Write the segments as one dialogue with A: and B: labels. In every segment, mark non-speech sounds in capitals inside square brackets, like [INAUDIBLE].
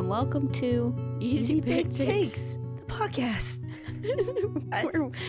A: welcome to Easy, Pick [LAUGHS] Takes,
B: the podcast. I-
A: where- [LAUGHS]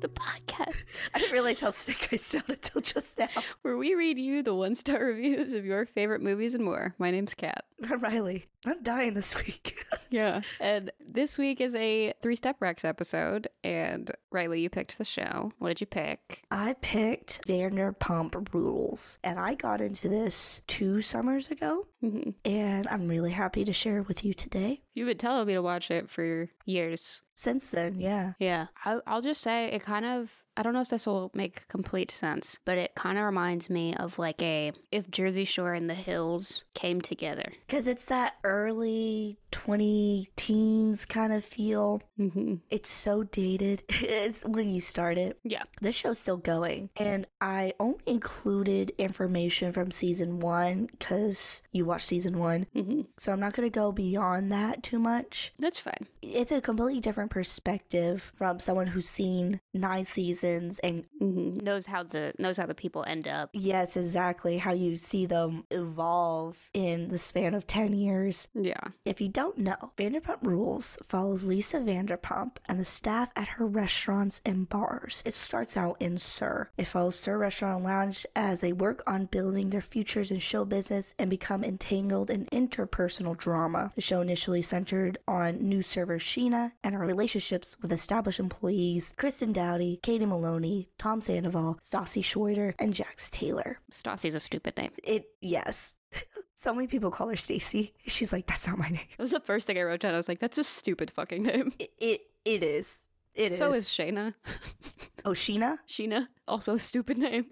A: the podcast
B: I didn't realize how sick I sounded till just now.
A: where we read you the one star [LAUGHS] reviews of your favorite movies and more. My name's Kat.
B: I'm Riley. I'm dying this week. [LAUGHS]
A: Yeah. And this week is a three step Rex episode. And Riley, you picked the show. What did you pick?
B: I picked Vanderpump Rules, and I got into this two summers ago,
A: Mm-hmm.
B: and I'm really happy to share it with you today.
A: You've been telling me to watch it for years.
B: Since then, yeah.
A: Yeah. I'll, I'll just say it kind of, I don't know if this will make complete sense, but it kind of reminds me of like a if Jersey Shore and the Hills came together.
B: Because it's that early 20 teens kind of feel.
A: Mm-hmm.
B: It's so dated. [LAUGHS] it's when you start it.
A: Yeah.
B: This show's still going, and I only included information from season one because you watched season one,
A: Mm-hmm.
B: so I'm not going to go beyond that too much.
A: That's fine.
B: It's a completely different perspective from someone who's seen nine seasons and,
A: Mm-hmm. Knows how the knows how the people end up.
B: yes, exactly how you see them evolve in the span of 10 years.
A: Yeah.
B: If you don't know, Vanderpump Rules follows Lisa Vanderpump and the staff at her restaurants and bars. It starts out in Sir. It follows Sir Restaurant and Lounge as they work on building their futures in show business and become entangled in interpersonal drama. The show initially centered on new server Sheena and her relationships with established employees Kristen Dowdy, Katie Maloney, Tom Sandoval, Stassi Schroeder, and Jax Taylor.
A: Stassi's a stupid name.
B: It, yes. [LAUGHS] So many people call her Stacy. She's like, that's not my name.
A: That was the first thing I wrote down. I was like, that's a stupid fucking name.
B: It it, it is. It is.
A: so is Shayna. [LAUGHS]
B: Oshina.
A: Sheena, also a stupid name.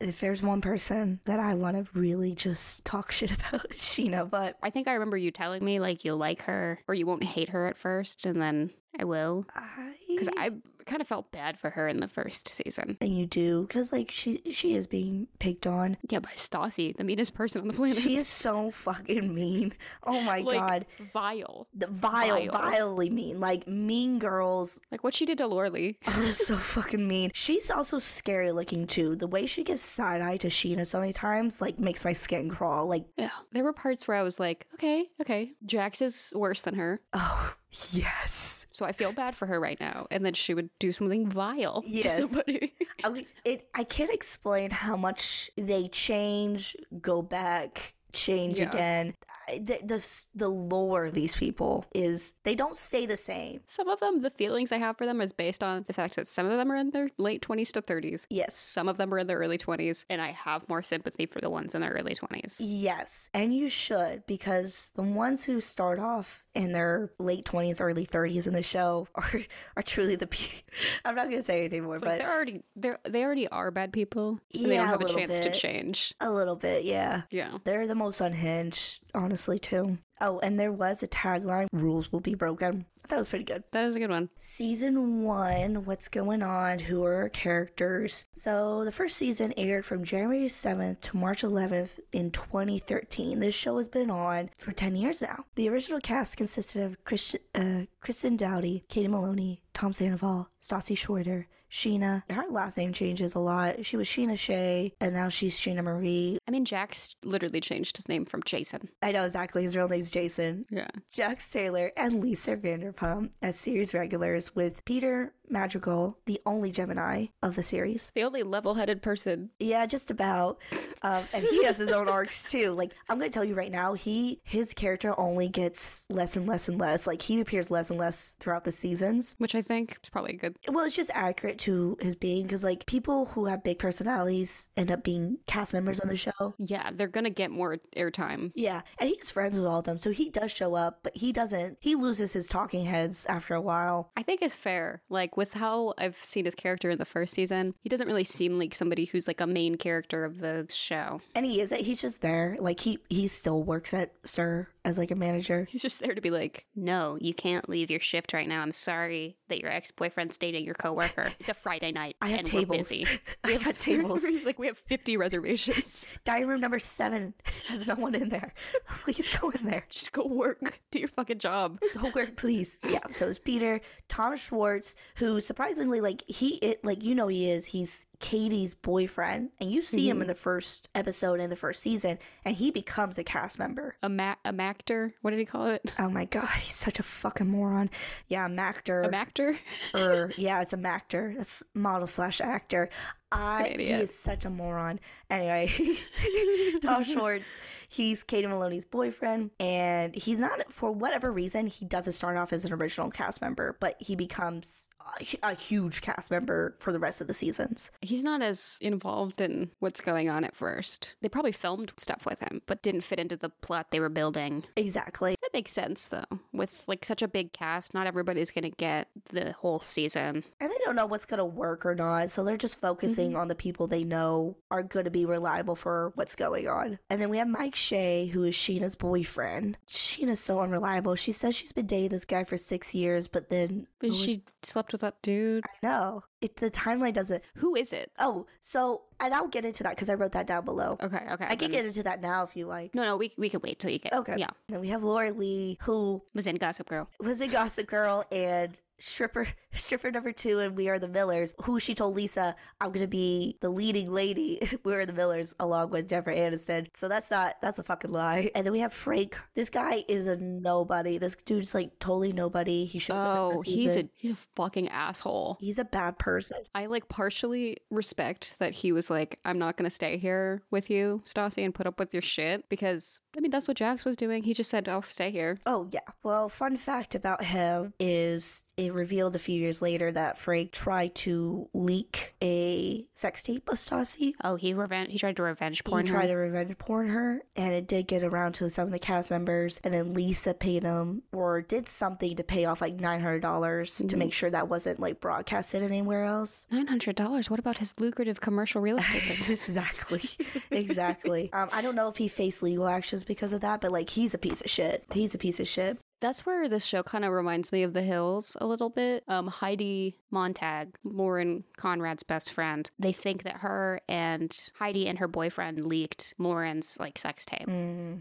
B: If there's one person that I want to really just talk [LAUGHS] shit about, it's Sheena. But
A: I think I remember you telling me like you'll like her or you won't hate her at first and then I will.
B: I
A: Because I kind of felt bad for her in the first season.
B: and you do because like she she is being picked on.
A: Yeah, by Stassi, the meanest person on the planet.
B: She
A: [LAUGHS]
B: is so fucking mean. Oh my
A: Like-
B: god.
A: Vile.
B: The vile,
A: Vile.
B: vilely mean. Like mean girls [LAUGHS]
A: Like what she did to Lorelei.
B: Oh, so fucking mean. She's also scary looking too. The way she gives side eye to Sheena so many times, like makes my skin crawl. Like,
A: Yeah. There were parts where I was like, okay, okay. Jax is worse than her.
B: oh [LAUGHS] yes.
A: So I feel bad for her right now. And then she would do something vile
B: Yes.
A: to somebody. [LAUGHS]
B: I, it, I can't explain how much they change, go back, change
A: Yeah.
B: again. I- The, the s- the lore of these people is they don't stay the same.
A: some of them, the feelings I have for them is based on the fact that some of them are in their late 20s to 30s.
B: Yes.
A: Some of them are in their early 20s. And I have more sympathy for the ones in their early 20s.
B: Yes, and you should because the ones who start off in their late twenties, early thirties in the show [LAUGHS] are are truly the. Pe- [LAUGHS] I'm not gonna say anything more,
A: It's like
B: but
A: they're already they're they already are bad people. And they
B: Yeah,
A: don't
B: a
A: have a,
B: little
A: chance to
B: bit.
A: change.
B: a little bit, yeah.
A: Yeah.
B: They're the most unhinged, honestly, too. Oh, and there was a tagline: "Rules will be broken." That was pretty good.
A: That is a good one.
B: season one what's going on who are our characters so the first season aired from january 7th to march 11th in 2013 this show has been on for 10 years now the original cast consisted of Chris, uh, kristen dowdy katie maloney tom sandoval stassi schroeder sheena her last name changes a lot she was sheena shea and now she's sheena marie
A: I mean Jax literally changed his name from Jason.
B: i know exactly his real name's jason
A: Yeah.
B: Jax Taylor and Lisa Vanderpump as series regulars with Peter Madrigal, the only Gemini of the series.
A: The only level headed person.
B: Yeah, just about. Um, and he has his own arcs too. Like I'm gonna tell you right now, he his character only gets less and less and less. Like he appears less and less throughout the seasons.
A: Which I think is probably good.
B: Well, it's just accurate to his being because like people who have big personalities end up being cast members on the show.
A: Yeah, they're gonna get more airtime.
B: Yeah, and he's friends with all of them, so he does show up, but he doesn't. He loses his talking heads after a while.
A: I think is fair. Like with how I've seen his character in the first season, he doesn't really seem like somebody who's like a main character of the show. [LAUGHS]
B: And he isn't. He's just there. Like he he still works at Sir as like a manager.
A: He's just there to be like, "No, you can't leave your shift right now. I'm sorry that your ex-boyfriend's dating your coworker. It's a Friday night.
B: [LAUGHS] I have
A: and We're
B: tables.
A: busy. [LAUGHS]
B: I have tables.
A: He's like, we have 50 reservations. [LAUGHS]
B: Dining room number seven has no one in there. [LAUGHS] Please go in there.
A: Just go work. [LAUGHS] Do your fucking job.
B: Go work, please. Yeah. So it's Peter Tom Schwartz, who surprisingly, like he it like you know he is. He's Katie's boyfriend, and you see
A: Mm-hmm.
B: him in the first episode in the first season, and he becomes a cast member.
A: A, ma- a mactor? What did he call it?
B: Oh my god, he's such a fucking moron. Yeah, Mactor.
A: A mactor?
B: or yeah, it's a Mactor. That's model slash actor. I
A: Great
B: he
A: idiot.
B: is such a moron. Anyway, [LAUGHS] Tom Schwartz, he's Katie Maloney's boyfriend, and he's not for whatever reason he doesn't start off as an original cast member, but he becomes a, hu- a huge cast member for the rest of the seasons.
A: He's not as involved in what's going on at first. They probably filmed stuff with him, but didn't fit into the plot they were building.
B: Exactly.
A: That makes sense though. With like such a big cast, not everybody's gonna get the whole season.
B: And they don't know what's going to work or not. So they're just focusing
A: Mm-hmm.
B: on the people they know are going to be reliable for what's going on. And then we have Mike Shea, who is Sheena's boyfriend. Sheena's so unreliable. She says she's been dating this guy for six years, but then.
A: But
B: Who is-
A: she slept with that dude.
B: I know. It, the timeline doesn't.
A: Who is it?
B: Oh, so. And I'll get into that because I wrote that down below.
A: Okay, okay.
B: I
A: then-
B: can get into that now if you like.
A: No, no, we we can wait till you get.
B: Okay.
A: Yeah,
B: And then we have Laura Lee, who
A: was in Gossip Girl.
B: was in Gossip Girl and stripper [LAUGHS] stripper number two and We Are the Millers, who she told Lisa, I'm gonna be the leading lady [LAUGHS] in We Are the Millers along with Jennifer Aniston. So that's not that's a fucking lie. And then we have Frank. This guy is a nobody. This dude's like totally nobody. He shows up. in
A: Oh,
B: the
A: he's
B: season.
A: a he's a fucking asshole.
B: he's a bad person.
A: I like partially respect that he was like, I'm not gonna stay here with you, Stassi, and put up with your shit because I mean that's what Jax was doing. He just said, I'll stay here.
B: Oh, yeah. Well, fun fact about him is it revealed a few years later that Frank tried to leak a sex tape of Stassi
A: Oh, he reven- he tried to revenge
B: he tried to revenge porn her, and it did get around to some of the cast members. And then Lisa paid him or did something to pay off like nine hundred dollars to
A: Mhm.
B: make sure that wasn't like broadcasted
A: [LAUGHS]
B: anywhere else.
A: Nine hundred dollars. What about his lucrative commercial real [LAUGHS] estate business?
B: exactly, exactly. Um, I don't know if he faced legal actions because of that, but like he's a piece of shit. He's a piece of shit.
A: [LAUGHS] That's where this show kind of reminds me of The Hills a little bit. Um, Heidi Montag, Lauren Conrad's best friend, they think that her and Heidi and her boyfriend leaked Lauren's like sex tape.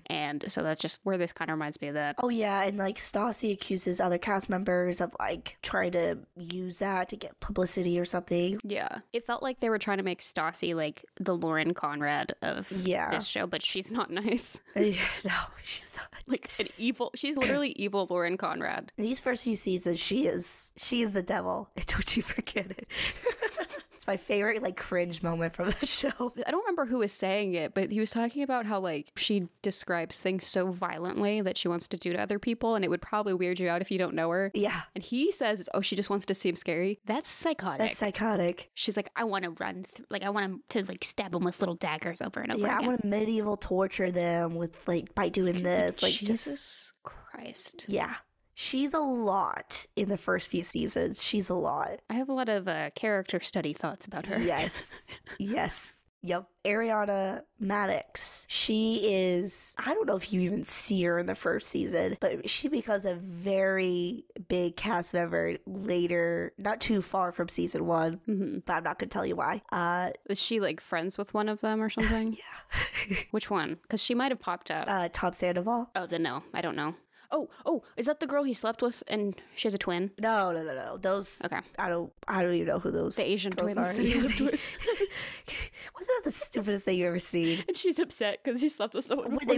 A: And so that's just where this kind of reminds me of that.
B: Mm-hmm. Oh yeah, and like Stassi accuses other cast members of like trying to use that to get publicity or something.
A: Yeah. It felt like they were trying to make Stassi like the Lauren Conrad of
B: Yeah.
A: this show, but she's not [LAUGHS] nice.
B: [LAUGHS] no, she's not.
A: like an evil,
B: [CLEARS THROAT]
A: she's literally evil Lauren Conrad.
B: In these first few seasons, she is she is the devil. [LAUGHS] And don't you forget it. [LAUGHS] it's my favorite like cringe moment from that [LAUGHS] show.
A: I don't remember who was saying it, but he was talking about how like she describes things so violently that she wants to do to other people, and it would probably weird you out if you don't know her.
B: Yeah,
A: And he says, "Oh, she just wants to seem scary." That's psychotic.
B: that's psychotic.
A: She's like, "I want to run, th- like I want to like stab him with little daggers over and over
B: Yeah, I
A: again."
B: want to medieval torture them with like by doing this. Like
A: Jesus
B: just
A: Christ.
B: yeah, she's a lot in the first few seasons. She's a lot.
A: I have a lot of uh, character study thoughts about her. [LAUGHS]
B: Yes. yes. Yep. Ariana Maddox. She is, I don't know if you even see her in the first season, but she becomes a very big cast member later, not too far from season one,
A: hmm
B: but I'm not going to tell you why. Uh,
A: Is she like friends with one of them or something?
B: [LAUGHS] yeah.
A: Which one? Because she might have popped up.
B: uh, Tom Sandoval.
A: Oh, then no, I don't know. Oh, oh, is that the girl he slept with and she has a twin?
B: No, no, no, no. Those,
A: Okay.
B: I don't, I don't even know who those
A: The Asian
B: girls
A: twins
B: are.
A: that he
B: [LAUGHS]
A: lived with.
B: Wasn't that the stupidest thing you ever seen?
A: [LAUGHS] [LAUGHS] And she's upset because he slept with someone.
B: when they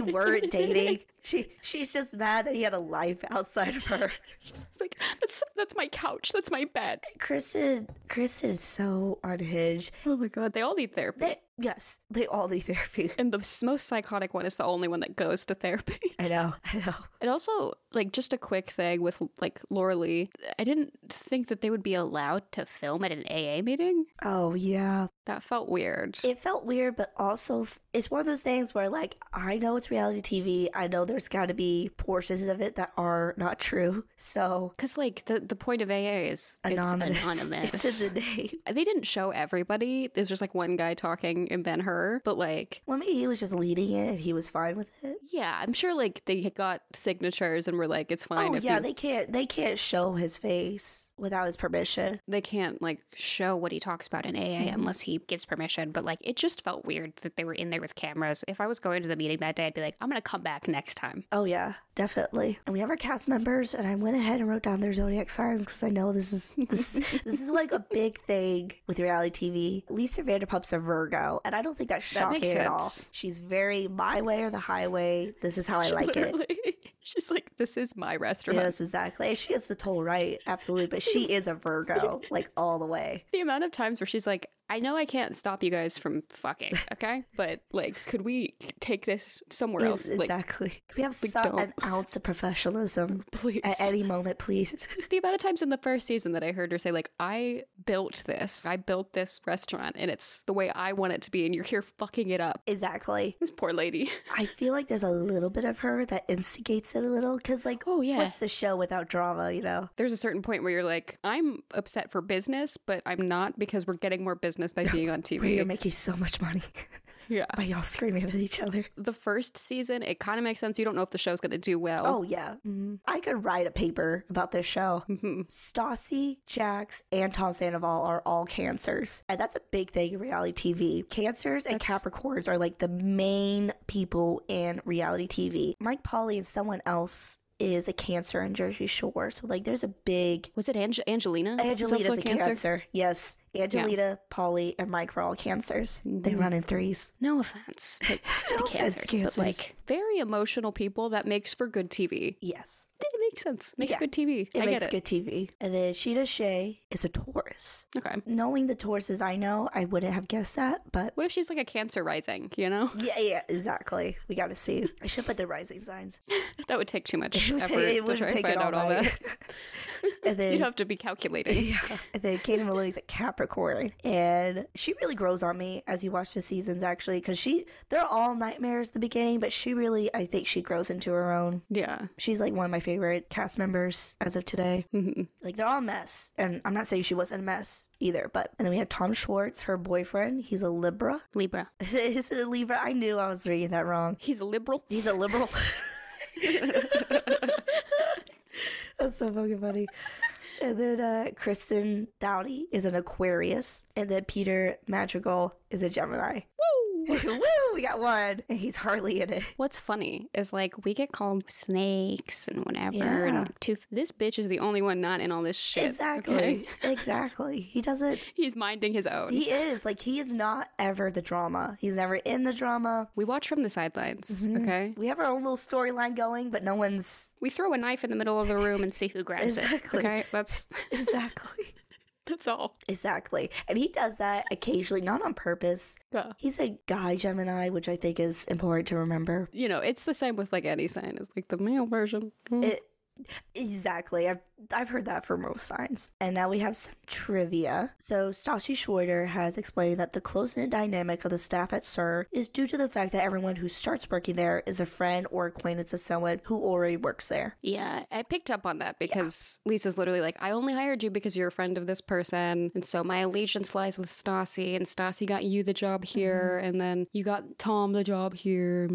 A: [LAUGHS]
B: weren't dating. She she's just mad that he had a life outside of her.
A: she's like, that's, that's my couch. That's my
B: [LAUGHS]
A: bed.
B: Kristen Kristen is so unhinged.
A: Oh my God. They all need therapy.
B: They yes, they all need therapy. [LAUGHS]
A: and the s- most psychotic one is the only one that goes to therapy.
B: I know, I know.
A: And also, like, just a quick thing with, like, Laura Lee. I didn't think that they would be allowed to film at an AA meeting.
B: Oh yeah.
A: That felt weird.
B: It felt weird, but also f- it's one of those things where like I know it's reality TV. I know there's got to be portions of it that are not true. So
A: Because, like, the, the point of AA is
B: anonymous. [LAUGHS]
A: it's anonymous. [LAUGHS]
B: It's in the name.
A: they didn't show everybody. There's just like one guy talking doing in Ben Hur, but like,
B: Well, maybe he was just leading it and he was fine with it.
A: yeah, I'm sure like they had got signatures and were like, it's fine
B: oh
A: if
B: yeah,
A: you. They-,
B: they can't they can't show his face without his permission.
A: can't like show what he talks about in AA
B: Mhm.
A: unless he gives permission, but like it just felt weird that they were in there with cameras. If I was going to the meeting that day, I'd be like, I'm going to come back next time.
B: Oh yeah, definitely. And we have our cast members, and I went ahead and wrote down their zodiac signs because I know this is [LAUGHS] this this is
A: [LAUGHS]
B: like a big thing with reality TV. Lisa Vanderpump's a Virgo, and I don't think that's
A: That
B: shocking
A: makes
B: at all.
A: sense.
B: She's very my way or the highway. This is how I like
A: [LAUGHS]
B: it.
A: She's like, this is my restaurant.
B: Yes, exactly. She is the total right, absolutely. But she is
A: [LAUGHS]
B: a Virgo, like all the way.
A: The amount of times where she's like, I know I can't stop you guys from
B: [LAUGHS]
A: fucking, okay? But like, could we take this somewhere else?
B: Yes, exactly. [LAUGHS] we have
A: like,
B: some, an
A: don't.
B: ounce
A: [LAUGHS]
B: of professionalism
A: Like, please.
B: at any moment, please. [LAUGHS]
A: the amount of times in the first season that I heard her say, like, I built this. I built this restaurant and it's the way I want it to be and you're here fucking it up.
B: exactly.
A: This poor lady. [LAUGHS]
B: I feel like there's a little bit of her that instigates it a little because, like,
A: Oh, yeah.
B: what's the show without drama, you know?
A: There's a certain point where you're like, I'm upset for business, but I'm not because we're getting more business
B: [LAUGHS]
A: by being on
B: Where you're
A: TV.
B: making so much money [LAUGHS]
A: yeah.
B: by y'all screaming at each other.
A: The first season, it kind of makes sense. You don't know if the show's going to do well.
B: Oh, yeah.
A: Mm-hmm.
B: I could write a paper about this show.
A: Oh.
B: Stassi, Jax, and Tom Sandoval are all cancers. And that's a big thing in reality TV. Cancers and
A: That's-
B: Capricorns are like the main people in reality TV. Mike Polly and someone else is a cancer in Jersey Shore. So, like, there's a big
A: Was it Ange- Angelina? who's
B: Angelina's
A: also
B: a cancer. Yes. Angelina, Polly, and Mike are all cancers. They
A: Mhm.
B: run in threes.
A: No offense
B: [LAUGHS]
A: to, to
B: No
A: the
B: offense,
A: cancers, but
B: cancers.
A: like very emotional people. That makes for good TV.
B: Yes.
A: It makes sense. Makes
B: Yeah.
A: good TV.
B: It
A: I
B: makes
A: get it.
B: good TV. And then Sheena Shea is a Taurus.
A: Okay.
B: Knowing the Tauruses I know, I wouldn't have guessed that, but
A: What if she's like a Cancer rising? You know, [LAUGHS]
B: yeah, yeah, exactly. We got to see. I should put the rising signs.
A: that would take too much
B: [LAUGHS] It would
A: effort
B: take-
A: to
B: it would
A: try and
B: take it
A: find out
B: all
A: all that.
B: night. [LAUGHS] and
A: [LAUGHS]
B: then
A: You'd have to be
B: [LAUGHS]
A: calculating.
B: Yeah. And then Katie Maloney's a Capricorn. And she really grows on me as you watch the seasons, actually, because she, they're all nightmares at the beginning, but she really, I think she grows into her own.
A: Yeah.
B: She's like one of my favorite cast members as of today.
A: hmm
B: Like they're all a mess. And I'm not saying she wasn't a mess either, but. And then we have Tom Schwartz, her boyfriend. He's a Libra. [LAUGHS]
A: Libra.
B: Is it a Libra? I knew I was reading that wrong.
A: He's a liberal.
B: [LAUGHS]
A: [LAUGHS]
B: He's a liberal. That's so fucking funny. And then uh, Kristen Dowdy is an Aquarius. And then Peter Madrigal is a Gemini. [LAUGHS]
A: Woo!
B: Woo! We got one. And he's hardly in it.
A: What's funny is like we get called snakes and whatever,
B: Yeah.
A: and tooth. This bitch is the only one not in all this shit. okay?
B: Exactly. Exactly. He doesn't.
A: [LAUGHS] He's minding his own.
B: He is. Like, he is not ever the drama. He's never in the drama.
A: We watch from the sidelines,
B: Mhm.
A: okay?
B: We have our own little storyline going, but no one's. [LAUGHS]
A: We throw a knife in the middle of the room and see who grabs
B: Exactly.
A: it. Okay, that's [LAUGHS]
B: Exactly.
A: that's all.
B: exactly. And he does that occasionally, not on purpose.
A: Yeah.
B: He's a guy Gemini, which I think is important to remember.
A: You know, it's the same with like any sign. It's like the male version. Mm.
B: It exactly. I've I've heard that for most signs. And now we have some trivia. So Stassi Schroeder has explained that the close knit dynamic of the staff at SIR is due to the fact that everyone who starts working there is a friend or acquaintance of someone who already works there.
A: yeah, I picked up on that because Lisa's literally like, I only hired you because you're a friend of this person. And so my allegiance lies with Stassi, and Stassi got you the job
B: Mm-hmm.
A: here, and then you got Tom the job here.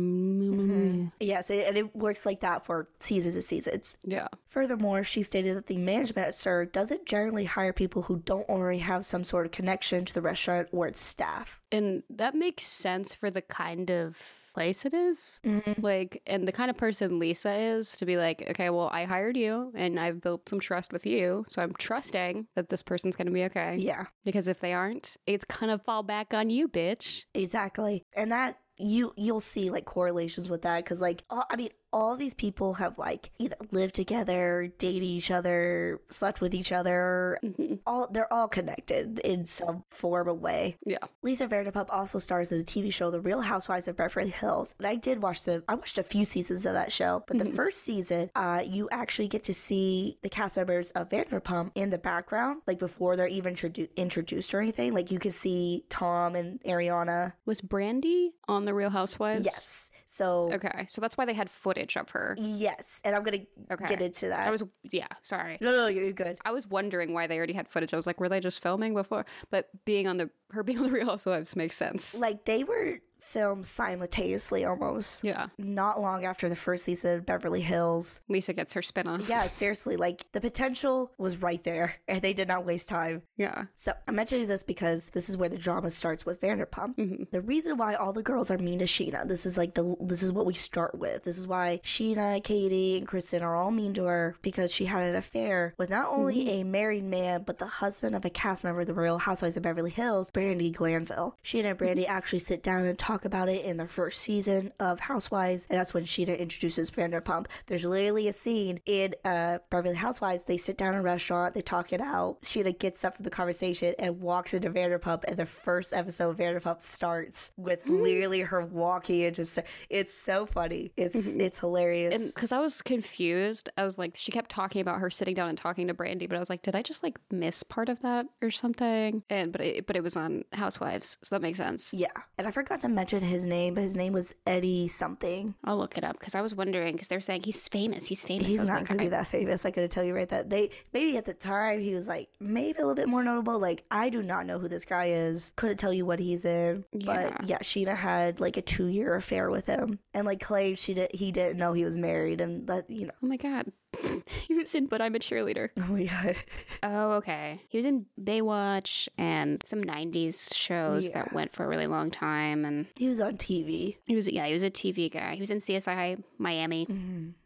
B: Mhm. Yes, and it works like that for seasons and seasons.
A: Yeah.
B: Furthermore, she stated that the management at SIR doesn't generally hire people who don't already have some sort of connection to the restaurant or its staff.
A: And that makes sense for the kind of place it is. like and the kind of person lisa is to be like okay well i hired you and i've built some trust with you so i'm trusting that this person's going to be okay
B: Yeah,
A: because if they aren't it's kind of fall back on you bitch
B: exactly. And that you you'll see like correlations with that because like all, I mean all these people have like either lived together, dated each other, slept with each other. All they're all connected in some form or way.
A: yeah
B: Lisa Vanderpump also stars in the TV show The Real Housewives of Beverly Hills, and I did watch the I watched a few seasons of that show, but the
A: Mhm.
B: first season, uh, you actually get to see the cast members of Vanderpump in the background, like before they're even introdu- introduced or anything. Like you can see Tom and Ariana.
A: was brandy on the real housewives
B: Yes. So
A: Okay. So that's why they had footage of her.
B: yes, and I'm gonna
A: Okay.
B: get into that.
A: I was yeah, sorry.
B: no, no, you're good.
A: I was wondering why they already had footage. I was like, were they just filming before? But being on the her being on the real housewives makes sense.
B: Like they were filmed simultaneously almost.
A: yeah.
B: Not long after the first season of Beverly Hills.
A: Lisa gets her spin off.
B: Yeah, seriously, like the potential was right there, [LAUGHS] and they did not waste time.
A: Yeah.
B: So I'm mentioning this because this is where the drama starts with Vanderpump.
A: hmm
B: The reason why all the girls are mean to Sheena, this is like the this is what we start with. This is why Sheena, Katie, and Kristen are all mean to her because she had an affair with not only a married man but the husband of a cast member of the Real Housewives of Beverly Hills, Brandy Glanville. Sheena and Brandy actually sit down and talk about it in the first season of Housewives, and that's when Sheena introduces Vanderpump. There's literally a scene in uh, Beverly Housewives. They sit down in a restaurant, they talk it out. Sheena gets up from the conversation and walks into Vanderpump, and the first episode of Vanderpump starts with literally her walking into. s- It's so funny. It's it's hilarious.
A: And because I was confused, I was like, she kept talking about her sitting down and talking to Brandy, but I was like, did I just like miss part of that or something? And but it, but it was on Housewives, so that makes sense.
B: yeah, and I forgot to mention his name, but his name was Eddie something.
A: I'll look it up because I was wondering because they were saying he's famous, he's famous. I
B: He's
A: was
B: not
A: like,
B: going to
A: I-
B: be that famous. I gotta tell you right that they maybe at the time he was like maybe a little bit more notable. Like I do not know who this guy is. Couldn't tell you what he's in.
A: Yeah.
B: But yeah, Sheena had like a two year affair with him, and like claimed she did he didn't know he was married, and that you know. [LAUGHS]
A: Oh my god, [LAUGHS] he was in But I'm a Cheerleader.
B: Oh my god.
A: Oh, okay. He was in Baywatch and some '90s shows that
B: Yeah.
A: went for a really long time, and
B: He was on TV.
A: he was yeah, he was a TV guy. He was in CSI Miami.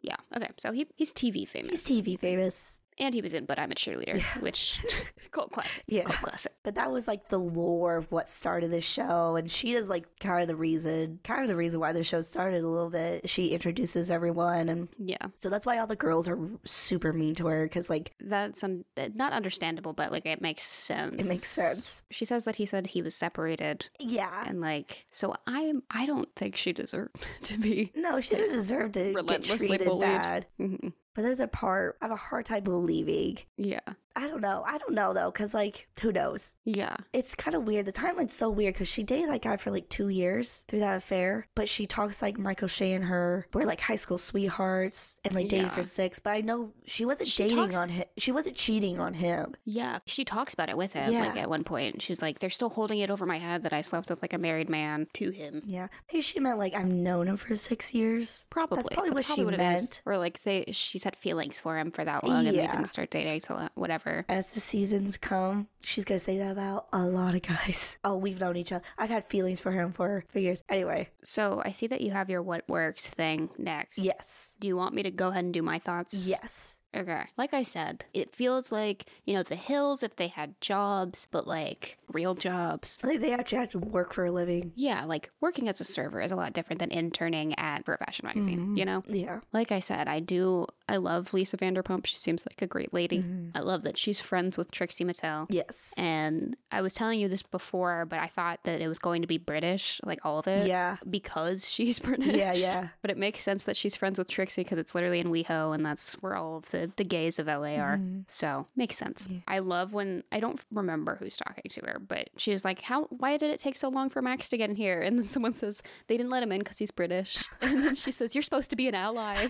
A: Yeah, okay. So he he's TV
B: Mm. He's
A: famous.
B: TV famous.
A: and he was in But I'm a Cheerleader,
B: [LAUGHS]
A: which cult classic.
B: Yeah.
A: cult classic.
B: But that was like the lore of what started this show, and she is like kind of the reason, kind of the reason why the show started a little bit. She introduces everyone, and
A: Yeah,
B: so that's why all the girls are super mean to her because like
A: that's un- not understandable, but like it makes sense.
B: It makes sense.
A: She says that he said he was separated,
B: Yeah.
A: and like so I am. I don't think she deserved [LAUGHS] to be.
B: No, she didn't deserve to get
A: relentlessly
B: treated
A: bullied.
B: bad.
A: Mhm.
B: But there's a part I have a hard time believing.
A: Yeah,
B: I don't know. I don't know though, because like, who knows?
A: yeah.
B: It's kind of weird. The timeline's so weird because she dated that guy for like two years through that affair, but she talks like Michael Shea and her were like high school sweethearts and like dated
A: Yeah.
B: for six. But I know she wasn't
A: She
B: dating
A: talks-
B: on him. She wasn't cheating on him.
A: Yeah, she talks about it with him. Like
B: Yeah.
A: at one point, she's like, "They're still holding it over my head that I slept with like a married man to him."
B: Yeah, maybe she meant like I've known him for six years.
A: Probably,
B: probably what she
A: it is.
B: meant.
A: Or like they, she's had feelings for him for that long, and they
B: Yeah.
A: didn't start dating till whatever.
B: as the seasons come, she's gonna say that about a lot of guys. [LAUGHS] Oh, we've known each other. I've had feelings for him for for years. Anyway,
A: So I see that you have your what works thing next.
B: yes,
A: Do you want me to go ahead and do my thoughts?
B: yes,
A: Okay. Like I said, it feels like, you know, the Hills, if they had jobs, but like real jobs.
B: like they actually have to work for a living.
A: Yeah, like working as a server is a lot different than interning at for a fashion magazine, you know?
B: Yeah,
A: Like I said, I do, I love Lisa Vanderpump. She seems like a great lady. I love that she's friends with Trixie Mattel.
B: yes,
A: And I was telling you this before, but I thought that it was going to be British, like all of it.
B: yeah,
A: Because she's [LAUGHS] British.
B: yeah, yeah.
A: But it makes sense that she's friends with Trixie because it's literally in WeHo, and that's where all of the, the gays of LA are.
B: Mm-hmm.
A: So makes sense. I love when I don't remember who's talking to her, but she was like, "How? Why did it take so long for Max to get in here?" And then [LAUGHS] someone says, "They didn't let him in because he's British." [LAUGHS] And then she says, "You're supposed to be an
B: [LAUGHS]
A: ally."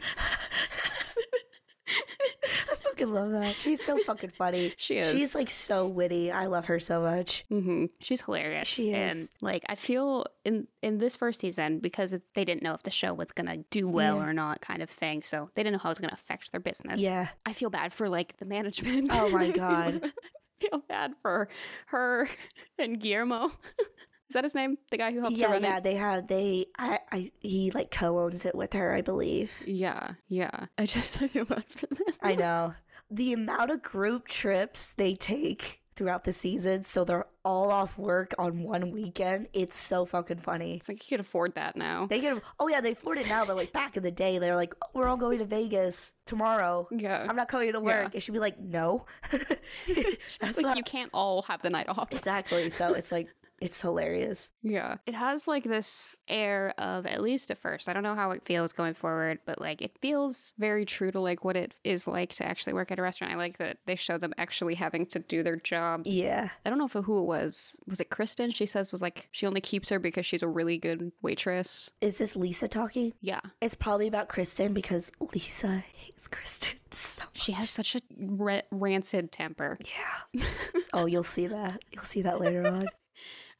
B: I fucking love that. She's so fucking funny.
A: [LAUGHS] She is.
B: She's like so witty. I love her so much.
A: hmm She's hilarious.
B: She is.
A: And like I feel in in this first season because it, they didn't know if the show was gonna do well
B: Yeah.
A: or not, kind of thing. So they didn't know how it was gonna affect their business.
B: Yeah,
A: I feel bad for like the management.
B: Oh
A: [LAUGHS]
B: my
A: I feel-
B: God.
A: feel bad for her [LAUGHS] and Guillermo. [LAUGHS] Is that his name? The guy who helps her
B: yeah,
A: run
B: yeah.
A: it.
B: They have they. I, I he like co-owns it with her, I believe.
A: Yeah, yeah. I just [LAUGHS] I feel bad for them.
B: I know. The amount of group trips they take throughout the season, so they're all off work on one weekend, it's so fucking funny.
A: It's like you could afford that now.
B: They get, oh yeah, they afford it now, but like back in the day, they're like, oh, we're all going to Vegas tomorrow.
A: yeah. [LAUGHS]
B: I'm not coming to work. It should be like, no. [LAUGHS]
A: It's
B: That's
A: like
B: not-
A: you can't all have the night off.
B: exactly. So it's like, It's hilarious.
A: [LAUGHS] Yeah. It has like this air of, at least at first, I don't know how it feels going forward, but like it feels very true to like what it is like to actually work at a restaurant. I like that they show them actually having to do their job.
B: Yeah.
A: I don't know if who it was. Was it Kristen? She says was like she only keeps her because she's a really good waitress.
B: Is this Lisa talking?
A: Yeah.
B: It's probably about Kristen because Lisa hates Kristen [LAUGHS] so much.
A: She has such a ra- rancid temper.
B: [LAUGHS] Yeah. oh, you'll see that. You'll see that later on.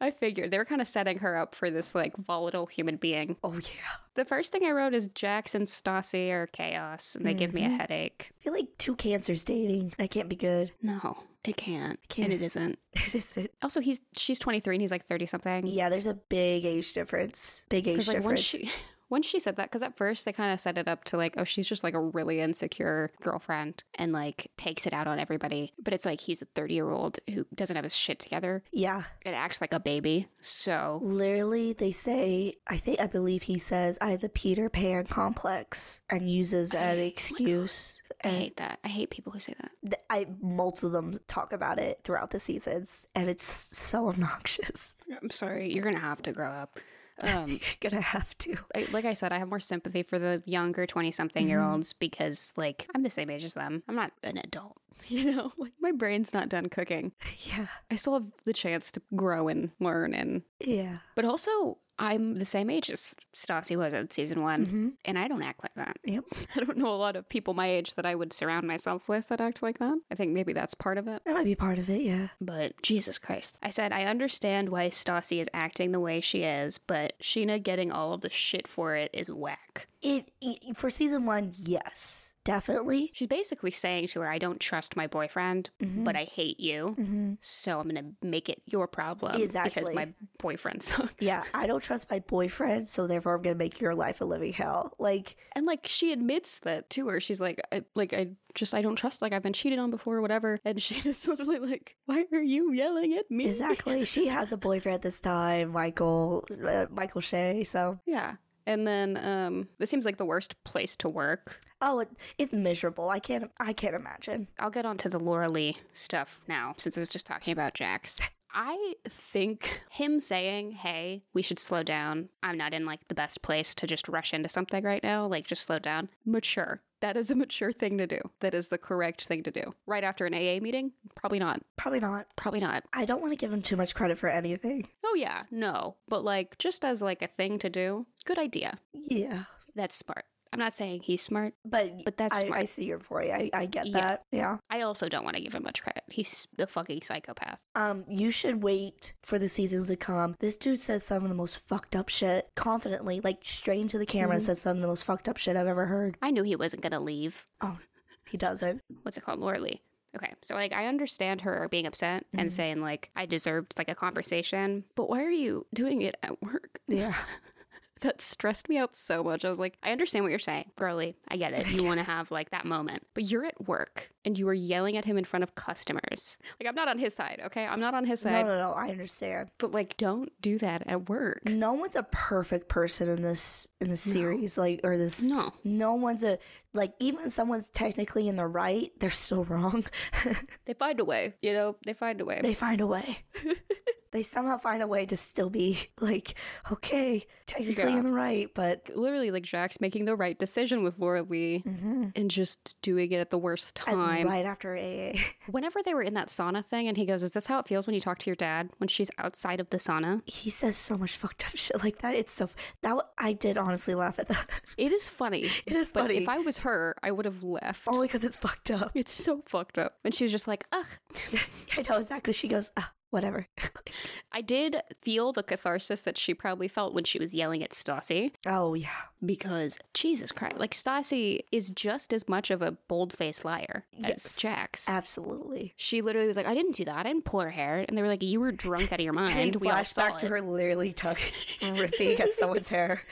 A: I figured they were kind of setting her up for this like volatile human being.
B: Oh, yeah.
A: The first thing I wrote is Jax and Stassi are chaos and they give me a
B: Mhm.
A: headache.
B: I feel like two cancers dating. That can't be good. [LAUGHS]
A: No, it can't.
B: It can't.
A: And it isn't.
B: It isn't.
A: Also, he's she's 23 and he's like 30 something.
B: Yeah, there's a big age difference. Big age
A: Because like once
B: difference.
A: she [LAUGHS] once she said that, because at first they kind of set it up to like, oh, she's just like a really insecure girlfriend and like takes it out on everybody. But it's like he's a 30 year old who doesn't have his shit together
B: yeah.
A: and acts like a baby. So
B: Literally, they say, I think, I believe he says, I have the Peter Pan complex and uses
A: Oh [GASPS]
B: an
A: my
B: excuse.
A: I
B: And
A: hate that. I hate people who say that.
B: th- I, multiple of them talk about it throughout the seasons, and it's so obnoxious. [LAUGHS]
A: I'm sorry. You're gonna have to grow up. Um,
B: You're gonna have to. [LAUGHS]
A: I, like I said, I have more sympathy for the younger 20 something year olds because, like, I'm the same age as them. I'm not an adult, [LAUGHS] you know? Like, my brain's not done cooking.
B: Yeah.
A: I still have the chance to grow and learn. And,
B: Yeah.
A: but also, I'm the same age as Stassi was in season one,
B: Mhm.
A: and I don't act like that.
B: Yep.
A: [LAUGHS] I don't know a lot of people my age that I would surround myself with that act like that. I think maybe that's part of it.
B: That might be part of it, yeah.
A: But Jesus Christ. I said, I understand why Stassi is acting the way she is, but Sheena getting all of the shit for it is whack.
B: It, i- for season one, yes, definitely.
A: She's basically saying to her, I don't trust my boyfriend, but I hate you.
B: Mm-hmm.
A: So I'm going to make it your problem because
B: Exactly.
A: my boyfriend sucks.
B: [LAUGHS] Yeah, I don't trust my boyfriend, so therefore I'm gonna make your life a living hell. Like,
A: And like she admits that to her. She's like, I, like, I just, I don't trust, like, I've been cheated on before or whatever. And she [LAUGHS] just literally like, why are you yelling at me?
B: exactly, she has a boyfriend this time, Michael, uh, Michael Shea. So,
A: [LAUGHS] yeah. And then um, this seems like the worst place to work.
B: oh, it, it's miserable. I can't, I can't imagine.
A: I'll get onto the Laura Lee stuff now, since I was just talking about Jax. I think him saying, hey, we should slow down. I'm not in like the best place to just rush into something right now. Like, just slow down. Mature. That is a mature thing to do. That is the correct thing to do. Right after an AA meeting? Probably not.
B: Probably not.
A: Probably not.
B: I don't want to give him too much credit for anything.
A: Oh, yeah, no. But like, just as like a thing to do, good idea.
B: Yeah,
A: That's smart. I'm not saying he's smart.
B: but
A: But that's
B: I,
A: smart.
B: I see your point. I, I get
A: Yeah.
B: that. Yeah.
A: I also don't want to give him much credit. He's the fucking psychopath.
B: Um, you should wait for the seasons to come. This dude says some of the most fucked up shit confidently, like straight into the camera.
A: Mhm.
B: Says some of the most fucked up shit I've ever heard.
A: I knew he wasn't going to leave.
B: He doesn't.
A: what's it called, Laura Lee. Okay, so like I understand her being upset and
B: Mhm.
A: saying like I deserved like a conversation, but why are you doing it at work?
B: Yeah.
A: That stressed me out so much. I was like, I understand what you're saying, girly. I get it. You want to have like that moment, but you're at work and you are yelling at him in front of customers. Like I'm not on his side, okay? I'm not on his
B: No,
A: side,
B: no, no. I understand.
A: but like don't do that at work.
B: No one's a perfect person in this in this
A: No.
B: series, like or this. No.
A: No,
B: one's a like even if someone's technically in the right, they're still wrong. [LAUGHS]
A: they find a way. You know, they find a way.
B: they find
A: [LAUGHS]
B: a way. they somehow find a way to still be like, okay, technically
A: Yeah.
B: in the right, but
A: Literally, like Jack's making the right decision with Laura Lee
B: Mhm.
A: and just doing it at the worst
B: And
A: time.
B: right after AA.
A: Whenever they were in that sauna thing, and he goes, Is this how it feels when you talk to your dad when she's outside of the sauna?
B: [LAUGHS] he says so much fucked up shit like that. It's so that w- I did honestly laugh at that. [LAUGHS]
A: It is funny.
B: It is
A: but
B: funny. Oh,
A: if I was her, I would have left.
B: Only because it's fucked up. [LAUGHS]
A: it's so fucked up. And she was just like, Ugh.
B: I know exactly. She goes, ah, whatever.
A: I did feel the catharsis that she probably felt when she was yelling at Stassi
B: oh yeah,
A: because Jesus Christ. Like, Stassi is just as much of a bold faced liar
B: Yes.
A: as Jax.
B: absolutely.
A: she literally was like, I didn't do that. I didn't pull her hair. And they were like, You were drunk
B: [LAUGHS]
A: out of your mind.
B: And
A: we all
B: flash
A: saw
B: back to
A: it."
B: her literally tuck [LAUGHS] ripping at someone's hair.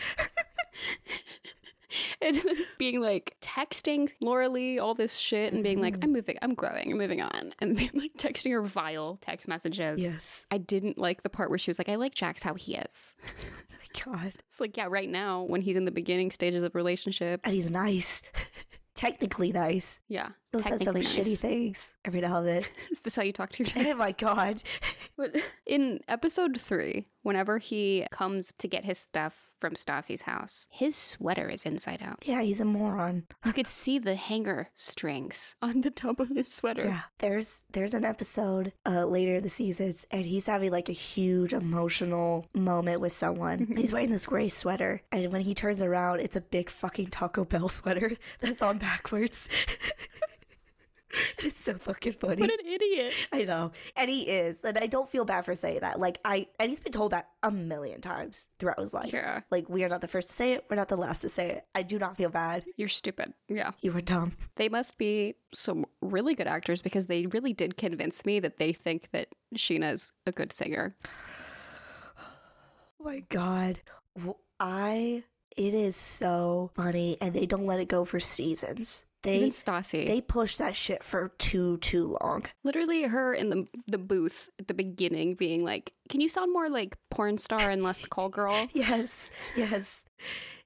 A: [LAUGHS] and then being like texting Laura Lee all this shit and being
B: Mm-hmm.
A: like, I'm moving, I'm growing, I'm moving on. And being like texting her vile text messages.
B: Yes.
A: I didn't like the part where she was like, I like Jax how he is.
B: Oh my God.
A: It's like, yeah, right now when he's in the beginning stages of relationship,
B: And he's nice. [LAUGHS] Technically nice.
A: Yeah.
B: Still says some
A: technically
B: shitty
A: nice.
B: things every now and then.
A: [LAUGHS]
B: [LAUGHS]
A: Is this how you talk to your dad?
B: oh my god. [LAUGHS]
A: But in episode three, whenever he comes to get his stuff from Stassi's house, his sweater is inside out.
B: Yeah, he's a moron.
A: You could see the hanger strings [LAUGHS] on the top of his sweater.
B: Yeah. There's there's an episode uh, later in the seasons, and he's having like a huge emotional moment with someone.
A: Mm-hmm.
B: he's wearing this gray sweater, and when he turns around, it's a big fucking Taco Bell [LAUGHS] sweater that's on backwards. [LAUGHS] it's so fucking funny.
A: What an idiot.
B: I know. And he is. And I don't feel bad for saying that. Like I and he's been told that a million times throughout his life.
A: Yeah.
B: [LAUGHS] Like we are not the first to say it, we're not the last to say it. I do not feel bad.
A: You're stupid. Yeah.
B: You were dumb.
A: They must be some really good actors because they really did convince me that they think that Sheena is a good singer.
B: Oh my god. W- I it is so funny and they don't let it go for seasons.
A: Even
B: They
A: Stassi.
B: they push that shit for too too long.
A: Literally her in the the booth at the beginning being like, Can you sound more like porn star and less call girl?
B: Yes. Yes.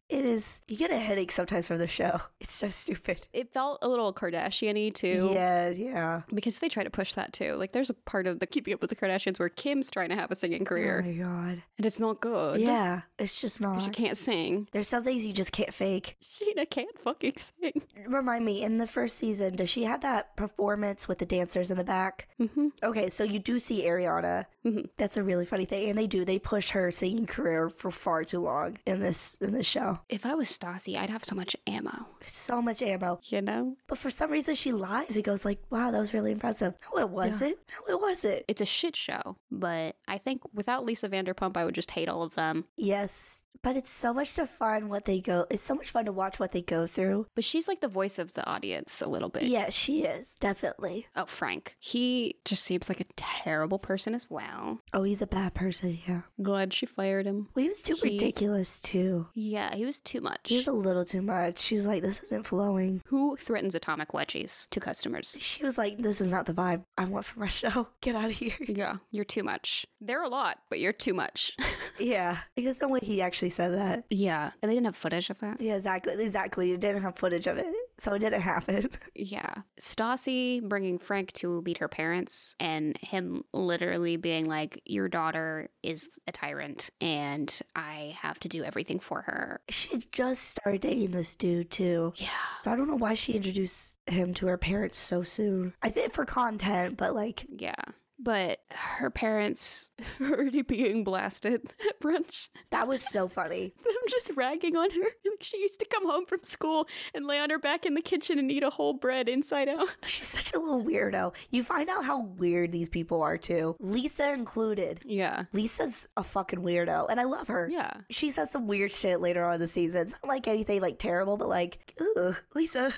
B: It is you get a headache sometimes from the show. It's so stupid.
A: It felt a little Kardashian y too.
B: Yeah, yeah.
A: Because they try to push that too. Like there's a part of the keeping up with the Kardashians where Kim's trying to have a singing
B: Oh
A: career
B: my god.
A: and it's not good.
B: Yeah, it's just not.
A: Because she can't sing.
B: There's some things you just can't fake.
A: Sheena can't fucking sing.
B: Remind me, in the first season, does she have that performance with the dancers in the back?
A: Mm-hmm.
B: Okay, so you do see Ariana.
A: Mhm.
B: That's a really funny thing, and they do. They push her singing career for far too long in this in this show.
A: If I was Stassi, I'd have so much ammo.
B: So much ammo,
A: You know?
B: but for some reason she lies. It goes like, "Wow, that was really impressive." No, it wasn't. No, it wasn't.
A: It's a shit show, but I think without Lisa Vanderpump, I would just hate all of them.
B: Yes, but it's so much to find what they go. It's so much fun to watch what they go through.
A: But she's like the voice of the audience a little bit.
B: Yeah, she is definitely.
A: Oh, Frank. He just seems like a terrible person as well.
B: Oh, he's a bad person. Yeah,
A: Glad she fired him.
B: well, he was too
A: He-
B: ridiculous too.
A: Yeah, he was too much.
B: It was a little too much. She was like, this isn't flowing.
A: Who threatens atomic wedgies to customers?
B: She was like, this is not the vibe I want from my show. [LAUGHS] Get out of here.
A: Yeah, you're too much. They're a lot, but you're too much. [LAUGHS]
B: yeah. Like, there's no way he actually said that.
A: yeah, and they didn't have footage of that.
B: Yeah, exactly. Exactly. You didn't have footage of it. So it didn't happen. [LAUGHS]
A: Yeah. Stassi bringing Frank to meet her parents and him literally being like, Your daughter is a tyrant and I have to do everything for her.
B: she just started dating this dude, too.
A: Yeah.
B: So I don't know why she introduced him to her parents so soon. I think for content, but like,
A: Yeah. But her parents [LAUGHS] are already being blasted [LAUGHS] at brunch.
B: that was so funny.
A: I'm just ragging on her. [LAUGHS] Like she used to come home from school and lay on her back in the kitchen and eat a whole bread inside out. [LAUGHS]
B: She's such a little weirdo. You find out how weird these people are, too. Lisa included.
A: Yeah.
B: Lisa's a fucking weirdo, and I love her.
A: Yeah.
B: She says some weird shit later on in the season. It's not like anything like terrible, but like, ooh, Lisa.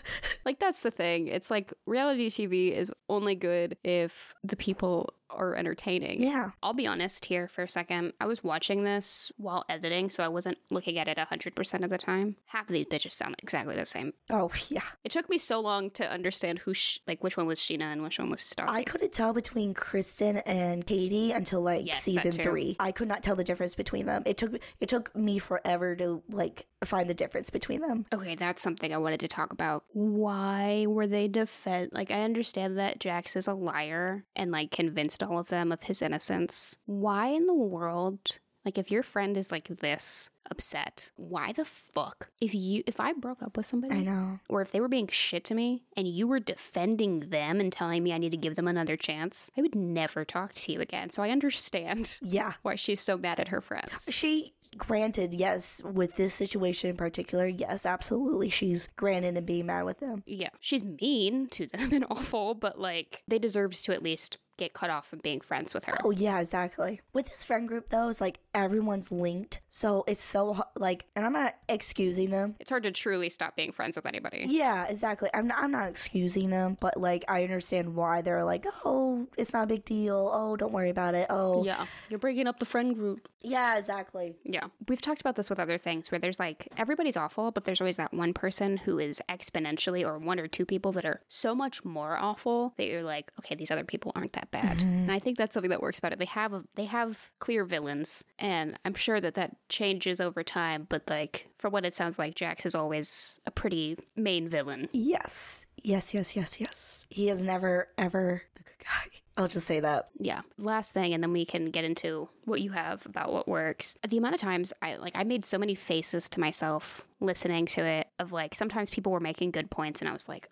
A: Like that's the thing. It's like reality TV is only good if the people are entertaining.
B: Yeah.
A: I'll be honest here for a second. I was watching this while editing, so I wasn't looking at it 100% of the time. Half of these bitches sound exactly the same.
B: Oh yeah.
A: It took me so long to understand who, sh- like, which one was Sheena and which one was
B: I
A: Stassi.
B: couldn't tell between Kristen and Katie until like
A: Yes, that
B: season
A: too.
B: three. I could not tell the difference between them. It took it took me forever to like find the difference between them.
A: Okay, that's something I wanted to talk about. Why were they defend? Like, I understand that Jax is a liar and like convinced all of them of his innocence. Why in the world? Like, if your friend is like this upset, why the fuck? If you, if I broke up with somebody,
B: I know.
A: or if they were being shit to me and you were defending them and telling me I need to give them another chance, I would never talk to you again. So I understand [LAUGHS]
B: Yeah.
A: why she's so mad at her friends.
B: She granted, yes, with this situation in particular, yes, absolutely. She's granted and being mad with them.
A: Yeah, she's mean to them [LAUGHS] and awful, but like they deserves to at least get cut off from being friends with her.
B: Oh yeah, exactly. With this friend group though, it's like everyone's linked, so it's so h- like, and I'm not excusing them.
A: It's hard to truly stop being friends with anybody.
B: Yeah, exactly. I'm not, I'm not excusing them, but like I understand why they're like, oh, it's not a big deal. Oh, don't worry about it. Oh, yeah,
A: Yeah, you're breaking up the friend group.
B: exactly.
A: Yeah. We've talked about this with other things where there's like everybody's awful, but there's always that one person who is exponentially or one or two people that are so much more awful that you're like, okay, these other people aren't that that bad. And I think that's something that works better. They have a, they have clear villains, and I'm sure that that changes over time. But like from what it sounds like, Jax is always a pretty main villain.
B: Yes. Yes, yes, yes, yes. He is never, ever the good guy. [LAUGHS] I'll just say that.
A: yeah last thing and then we can get into what you have about what works the amount of times i like i made so many faces to myself listening to it of like sometimes people were making good points and i was like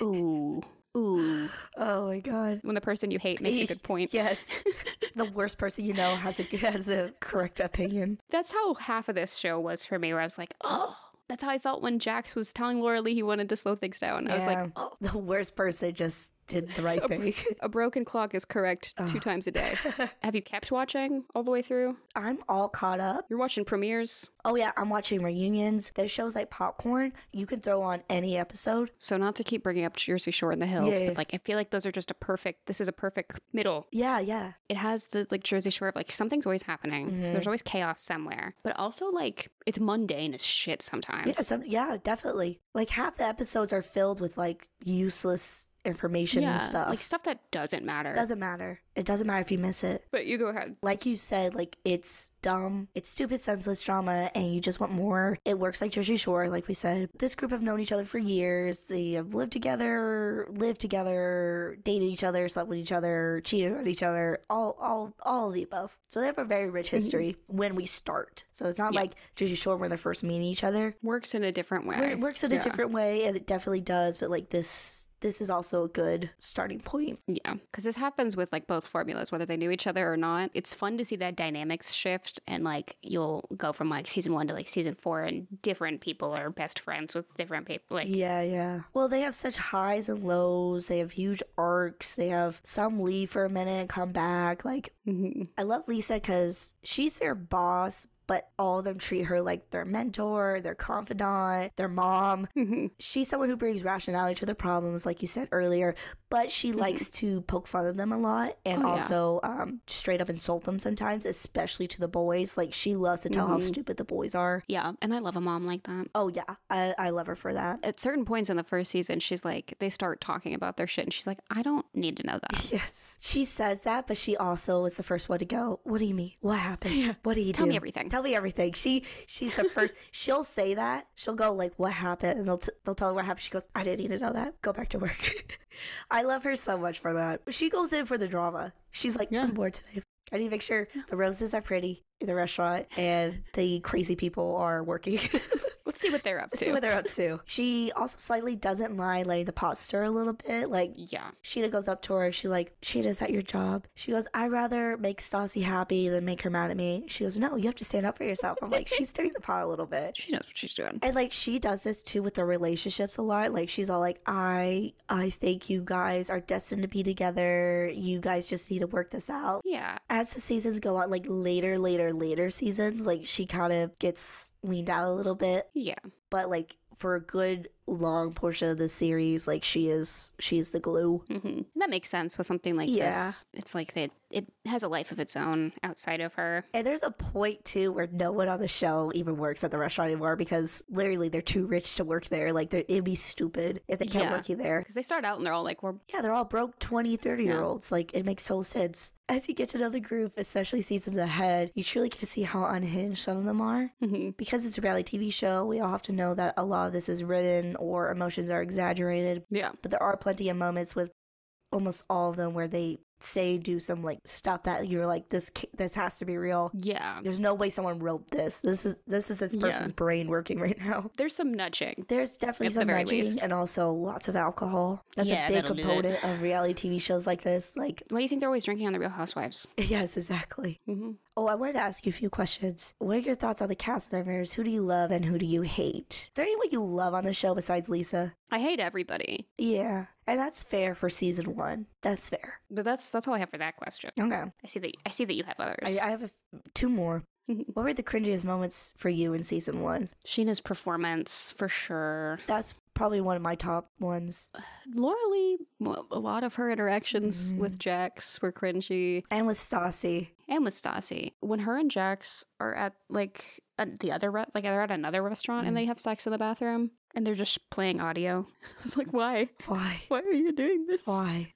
A: ooh ooh ooh
B: Oh my god.
A: when the person you hate makes a good [LAUGHS]
B: [LAUGHS]
A: point
B: Yes. the worst person you know has a [LAUGHS] has a correct opinion.
A: that's how half of this show was for me where i was like oh that's how i felt when jax was telling laura lee he wanted to slow things down i was like
B: Yeah. the worst person just did the right thing.
A: a broken clock is correct two times a day
B: [LAUGHS]
A: have you kept watching all the way through
B: I'm all caught up.
A: you're watching premieres
B: Oh yeah, I'm watching reunions. There's shows like popcorn. You can throw on any episode.
A: So not to keep bringing up Jersey Shore and the Hills,
B: Yeah, yeah.
A: but like I feel like those are just a perfect. This is a perfect middle.
B: Yeah, yeah.
A: It has the like Jersey Shore of like something's always happening.
B: Mm-hmm.
A: There's always chaos somewhere, but also like it's mundane as shit sometimes.
B: Yeah, some, yeah, definitely. Like half the episodes are filled with like useless information
A: Yeah,
B: and stuff.
A: like stuff that doesn't matter.
B: doesn't matter. It doesn't matter if you miss it.
A: but you go ahead.
B: Like you said, like it's dumb, it's stupid, senseless drama, and you just want more. It works like Jersey Shore, like we said. This group have known each other for years. They have lived together, lived together, dated each other, slept with each other, cheated on each other, all, all, all of the above. So they have a very rich history when we start. So it's not
A: Mm-hmm. Yeah.
B: like Jersey Shore when they're first meeting each other.
A: Works in a different way.
B: It works in a
A: Yeah.
B: different way, and it definitely does. But like this, this is also a good starting point.
A: Yeah, because this happens with like both formulas, whether they knew each other or not. It's fun to see that dynamics shift, and like you'll go from like season one to like season four, and different people are best friends with different people. Like [LAUGHS]
B: Yeah, yeah. Well, they have such highs and lows. They have huge arcs. They have some leave for a minute and come back. Like,
A: mhm.
B: I love Lisa because she's their boss, but all of them treat her like their mentor, their confidant, their mom.
A: Mhm.
B: She's someone who brings rationality to their problems, like you said earlier, but she likes to poke fun at them a lot and
A: Oh, yeah.
B: also um, straight up insult them sometimes, especially to the boys. Like, she loves to tell how
A: Mhm.
B: stupid the boys are.
A: yeah, and I love a mom like that.
B: Oh, yeah. I, I love her for that.
A: at certain points in the first season, she's like, they start talking about their shit, and she's like, I don't need to know [LAUGHS] that.
B: Yes. She says that, but she also is the first one to go, What do you mean? What happened? What do you
A: Tell
B: do?
A: me everything.
B: Tell me everything. She she's the
A: [LAUGHS]
B: first she'll say that. She'll go like, What happened? And they'll t- they'll tell her what happened. She goes, I didn't need to know that. Go back to work. [LAUGHS] I love her so much for that. She goes in for the drama. She's like,
A: Yeah.
B: I'm bored today. I need to make sure the roses are pretty in the restaurant and the crazy people are working. [LAUGHS]
A: Let's see what they're up
B: Let's
A: to.
B: see what
A: [LAUGHS]
B: they're up to. She also slightly doesn't mind letting the pot stir a little bit. Like
A: yeah.
B: Sheena goes up to her. She's like, Sheena, is that your job? She goes, I'd rather make Stassi happy than make her mad at me. She goes, No, you have to stand up for yourself. I'm like, She's stirring the pot a little bit.
A: She knows what she's doing.
B: And like she does this too with the relationships a lot. Like she's all like, I I think you guys are destined to be together. You guys just need to work this out.
A: Yeah.
B: As the seasons go on, like later, later, later seasons, like she kind of gets weaned out a little bit
A: Yeah.
B: but like for a good long portion of the series like she is she is the glue
A: hmm That makes sense with something like
B: Yeah.
A: this. It's like that it has a life of its own outside of her.
B: and there's a point too where no one on the show even works at the restaurant anymore because literally they're too rich to work there like they're- it'd be stupid if they kept
A: Yeah.
B: working there
A: Because they start out and they're all like, we're.
B: yeah they're all broke 20 30
A: Yeah.
B: year olds like it makes total sense as you get to know the group especially seasons ahead you truly get to see how unhinged some of them are
A: Mhm.
B: because it's a reality tv show we all have to know that a lot of this is written or emotions are exaggerated
A: Yeah.
B: but there are plenty of moments with almost all of them where they say do some like stuff that you're like this ca- this has to be real
A: Yeah.
B: there's no way someone wrote this this is this is this
A: Yeah.
B: person's brain working right now [LAUGHS]
A: There's some nudging.
B: there's definitely
A: At the
B: some
A: very
B: nudging
A: least.
B: and also lots of alcohol that's
A: Yeah,
B: a big
A: that'll do it.
B: component of reality tv shows like this like [LAUGHS]
A: Why do you think they're always drinking on The Real Housewives?
B: yes exactly
A: hmm
B: oh i wanted to ask you a few questions what are your thoughts on the cast members who do you love and who do you hate is there anyone you love on the show besides lisa
A: I hate everybody,
B: yeah and that's fair for season one that's fair
A: but that's that's all I have for that question.
B: okay
A: I see that I see that you have others. Mm-hmm.
B: I, I have a f two more. what were the cringiest moments for you in season one?
A: Sheena's performance for sure.
B: That's probably one of my top ones,
A: Laura Lee, well, a lot of her interactions
B: Mm-hmm.
A: with Jax were cringy,
B: and with Stassi.
A: and with Stassi. When her and Jax are at like a, the other, re- like they're at another restaurant
B: Mm-hmm.
A: and they have sex in the bathroom, and they're just [LAUGHS]
B: [LAUGHS]
A: playing audio. I was like, why?
B: Why?
A: Why are you doing this?
B: Why?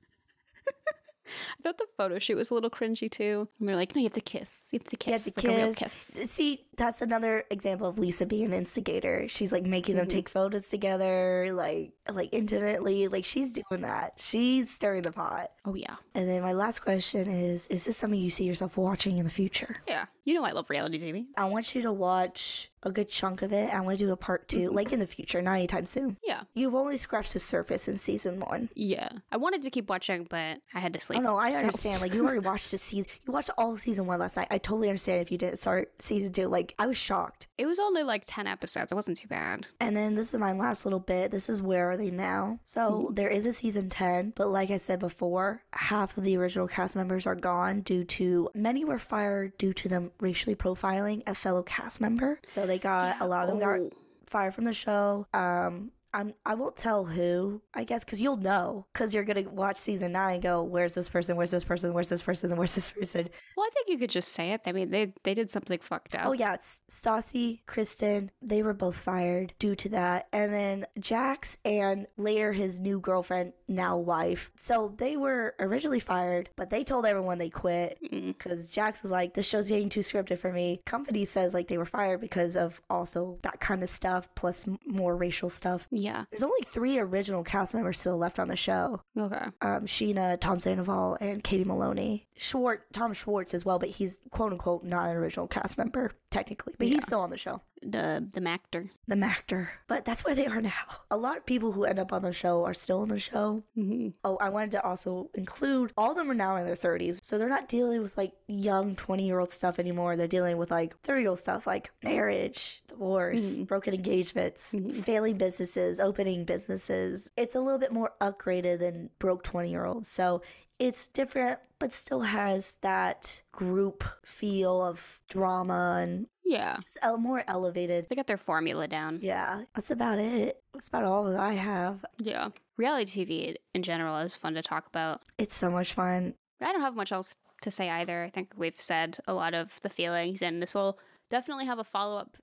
A: I thought the photo shoot was a little cringy too. And they're like, no, you have to kiss. You have to kiss.
B: You have to
A: like a real
B: kiss.
A: kiss.
B: S- See, that's another example of Lisa being an instigator. She's like making them
A: Mhm.
B: take photos together, like like intimately. Like she's doing that. She's stirring the pot.
A: Oh, yeah.
B: And then my last question is Is this something you see yourself watching in the future?
A: Yeah. You know I love reality TV.
B: I want you to watch a good chunk of it. I want to do a part two,
A: Mm-hmm.
B: like in the future, not anytime soon.
A: Yeah.
B: You've only scratched the surface in season one.
A: Yeah. I wanted to keep watching, but I had to
B: I
A: sleep.
B: don't know. I
A: so-
B: understand.
A: [LAUGHS]
B: Like you already watched the season. You watched all of season one last night. I totally understand if you didn't start season two. Like I was shocked.
A: It was only like 10 episodes. It wasn't too bad.
B: And then this is my last little bit. This is where are they now? So there is a season 10, but like I said before, half of the original cast members are gone due to many were fired due to them racially profiling a fellow cast member. So they got Uh, a lot of them got
A: Oh.
B: fired from the show. Um, I'm I won't tell who, I guess, because you'll know, because you're gonna watch season nine and go, where's this person? Where's this person? Where's this person? And where's this person?
A: Well, I think you could just say it. I mean, they they did something fucked up.
B: Oh yeah, it's Stassi, Kristen, they were both fired due to that. And then Jax and later his new girlfriend, now wife. So they were originally fired, but they told everyone they quit.
A: Mm.
B: Because Jax was like, this show's getting too scripted for me. Company says like they were fired because of also that kind of stuff, plus m- more racial stuff.
A: Yeah.
B: There's only three original cast members still left on the show
A: Okay.
B: um, Sheena, Tom Sandoval, and Katie Maloney. Schwartz, Tom Schwartz as well, but he's quote unquote not an original cast member technically, but he's
A: Yeah.
B: still on the show.
A: The the Mactor.
B: The Mactor. But that's where they are now. A lot of people who end up on the show are still on the show.
A: Mm-hmm.
B: Oh, I wanted to also include all of them are now in their 30s. So they're not dealing with like young 20 year old stuff anymore. They're dealing with like 30 year old stuff like marriage, divorce,
A: Mhm.
B: broken engagements,
A: Mhm.
B: failing businesses, opening businesses. It's a little bit more upgraded than broke 20 year olds. So it's different, but still has that group feel of drama and
A: Yeah.
B: it's el- more elevated.
A: They got their formula down.
B: Yeah, that's about it. That's about all that I have.
A: Yeah. Reality TV in general is fun to talk about.
B: It's so much fun.
A: I don't have much else to say either. I think we've said a lot of the feelings, and this will definitely have a follow up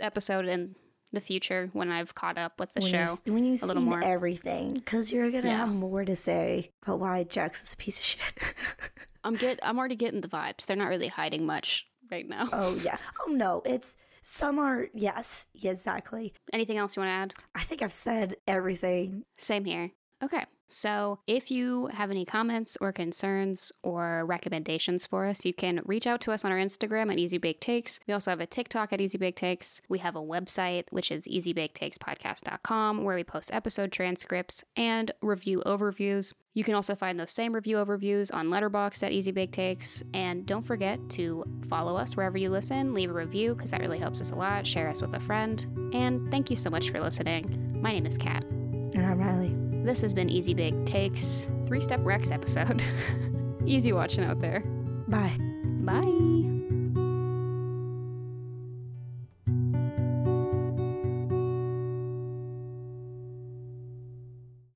A: episode in the future when I've caught up with the
B: when
A: show.
B: you s- when you
A: a
B: seen
A: little more.
B: everything, because you're gonna
A: Yeah.
B: have more to say about why Jax is a piece of shit. [LAUGHS]
A: I'm get I'm already getting the vibes. They're not really hiding much right now.
B: oh yeah. Oh no. It's some are yes. Yeah, exactly.
A: Anything else you want to add?
B: I think I've said everything.
A: Same here. Okay. So if you have any comments or concerns or recommendations for us, you can reach out to us on our Instagram at Easy Bake Takes. We also have a TikTok at Easy Bake Takes. We have a website, which is easybaketakespodcast.com, where we post episode transcripts and review overviews. You can also find those same review overviews on Letterboxd at Easy Bake Takes. And don't forget to follow us wherever you listen, leave a review, because that really helps us a lot. Share us with a friend. And thank you so much for listening. My name is Kat.
B: And I'm Riley.
A: This has been Easy Big [LAUGHS] Takes, three step Rex episode. Easy watching out there.
B: Bye.
A: Bye.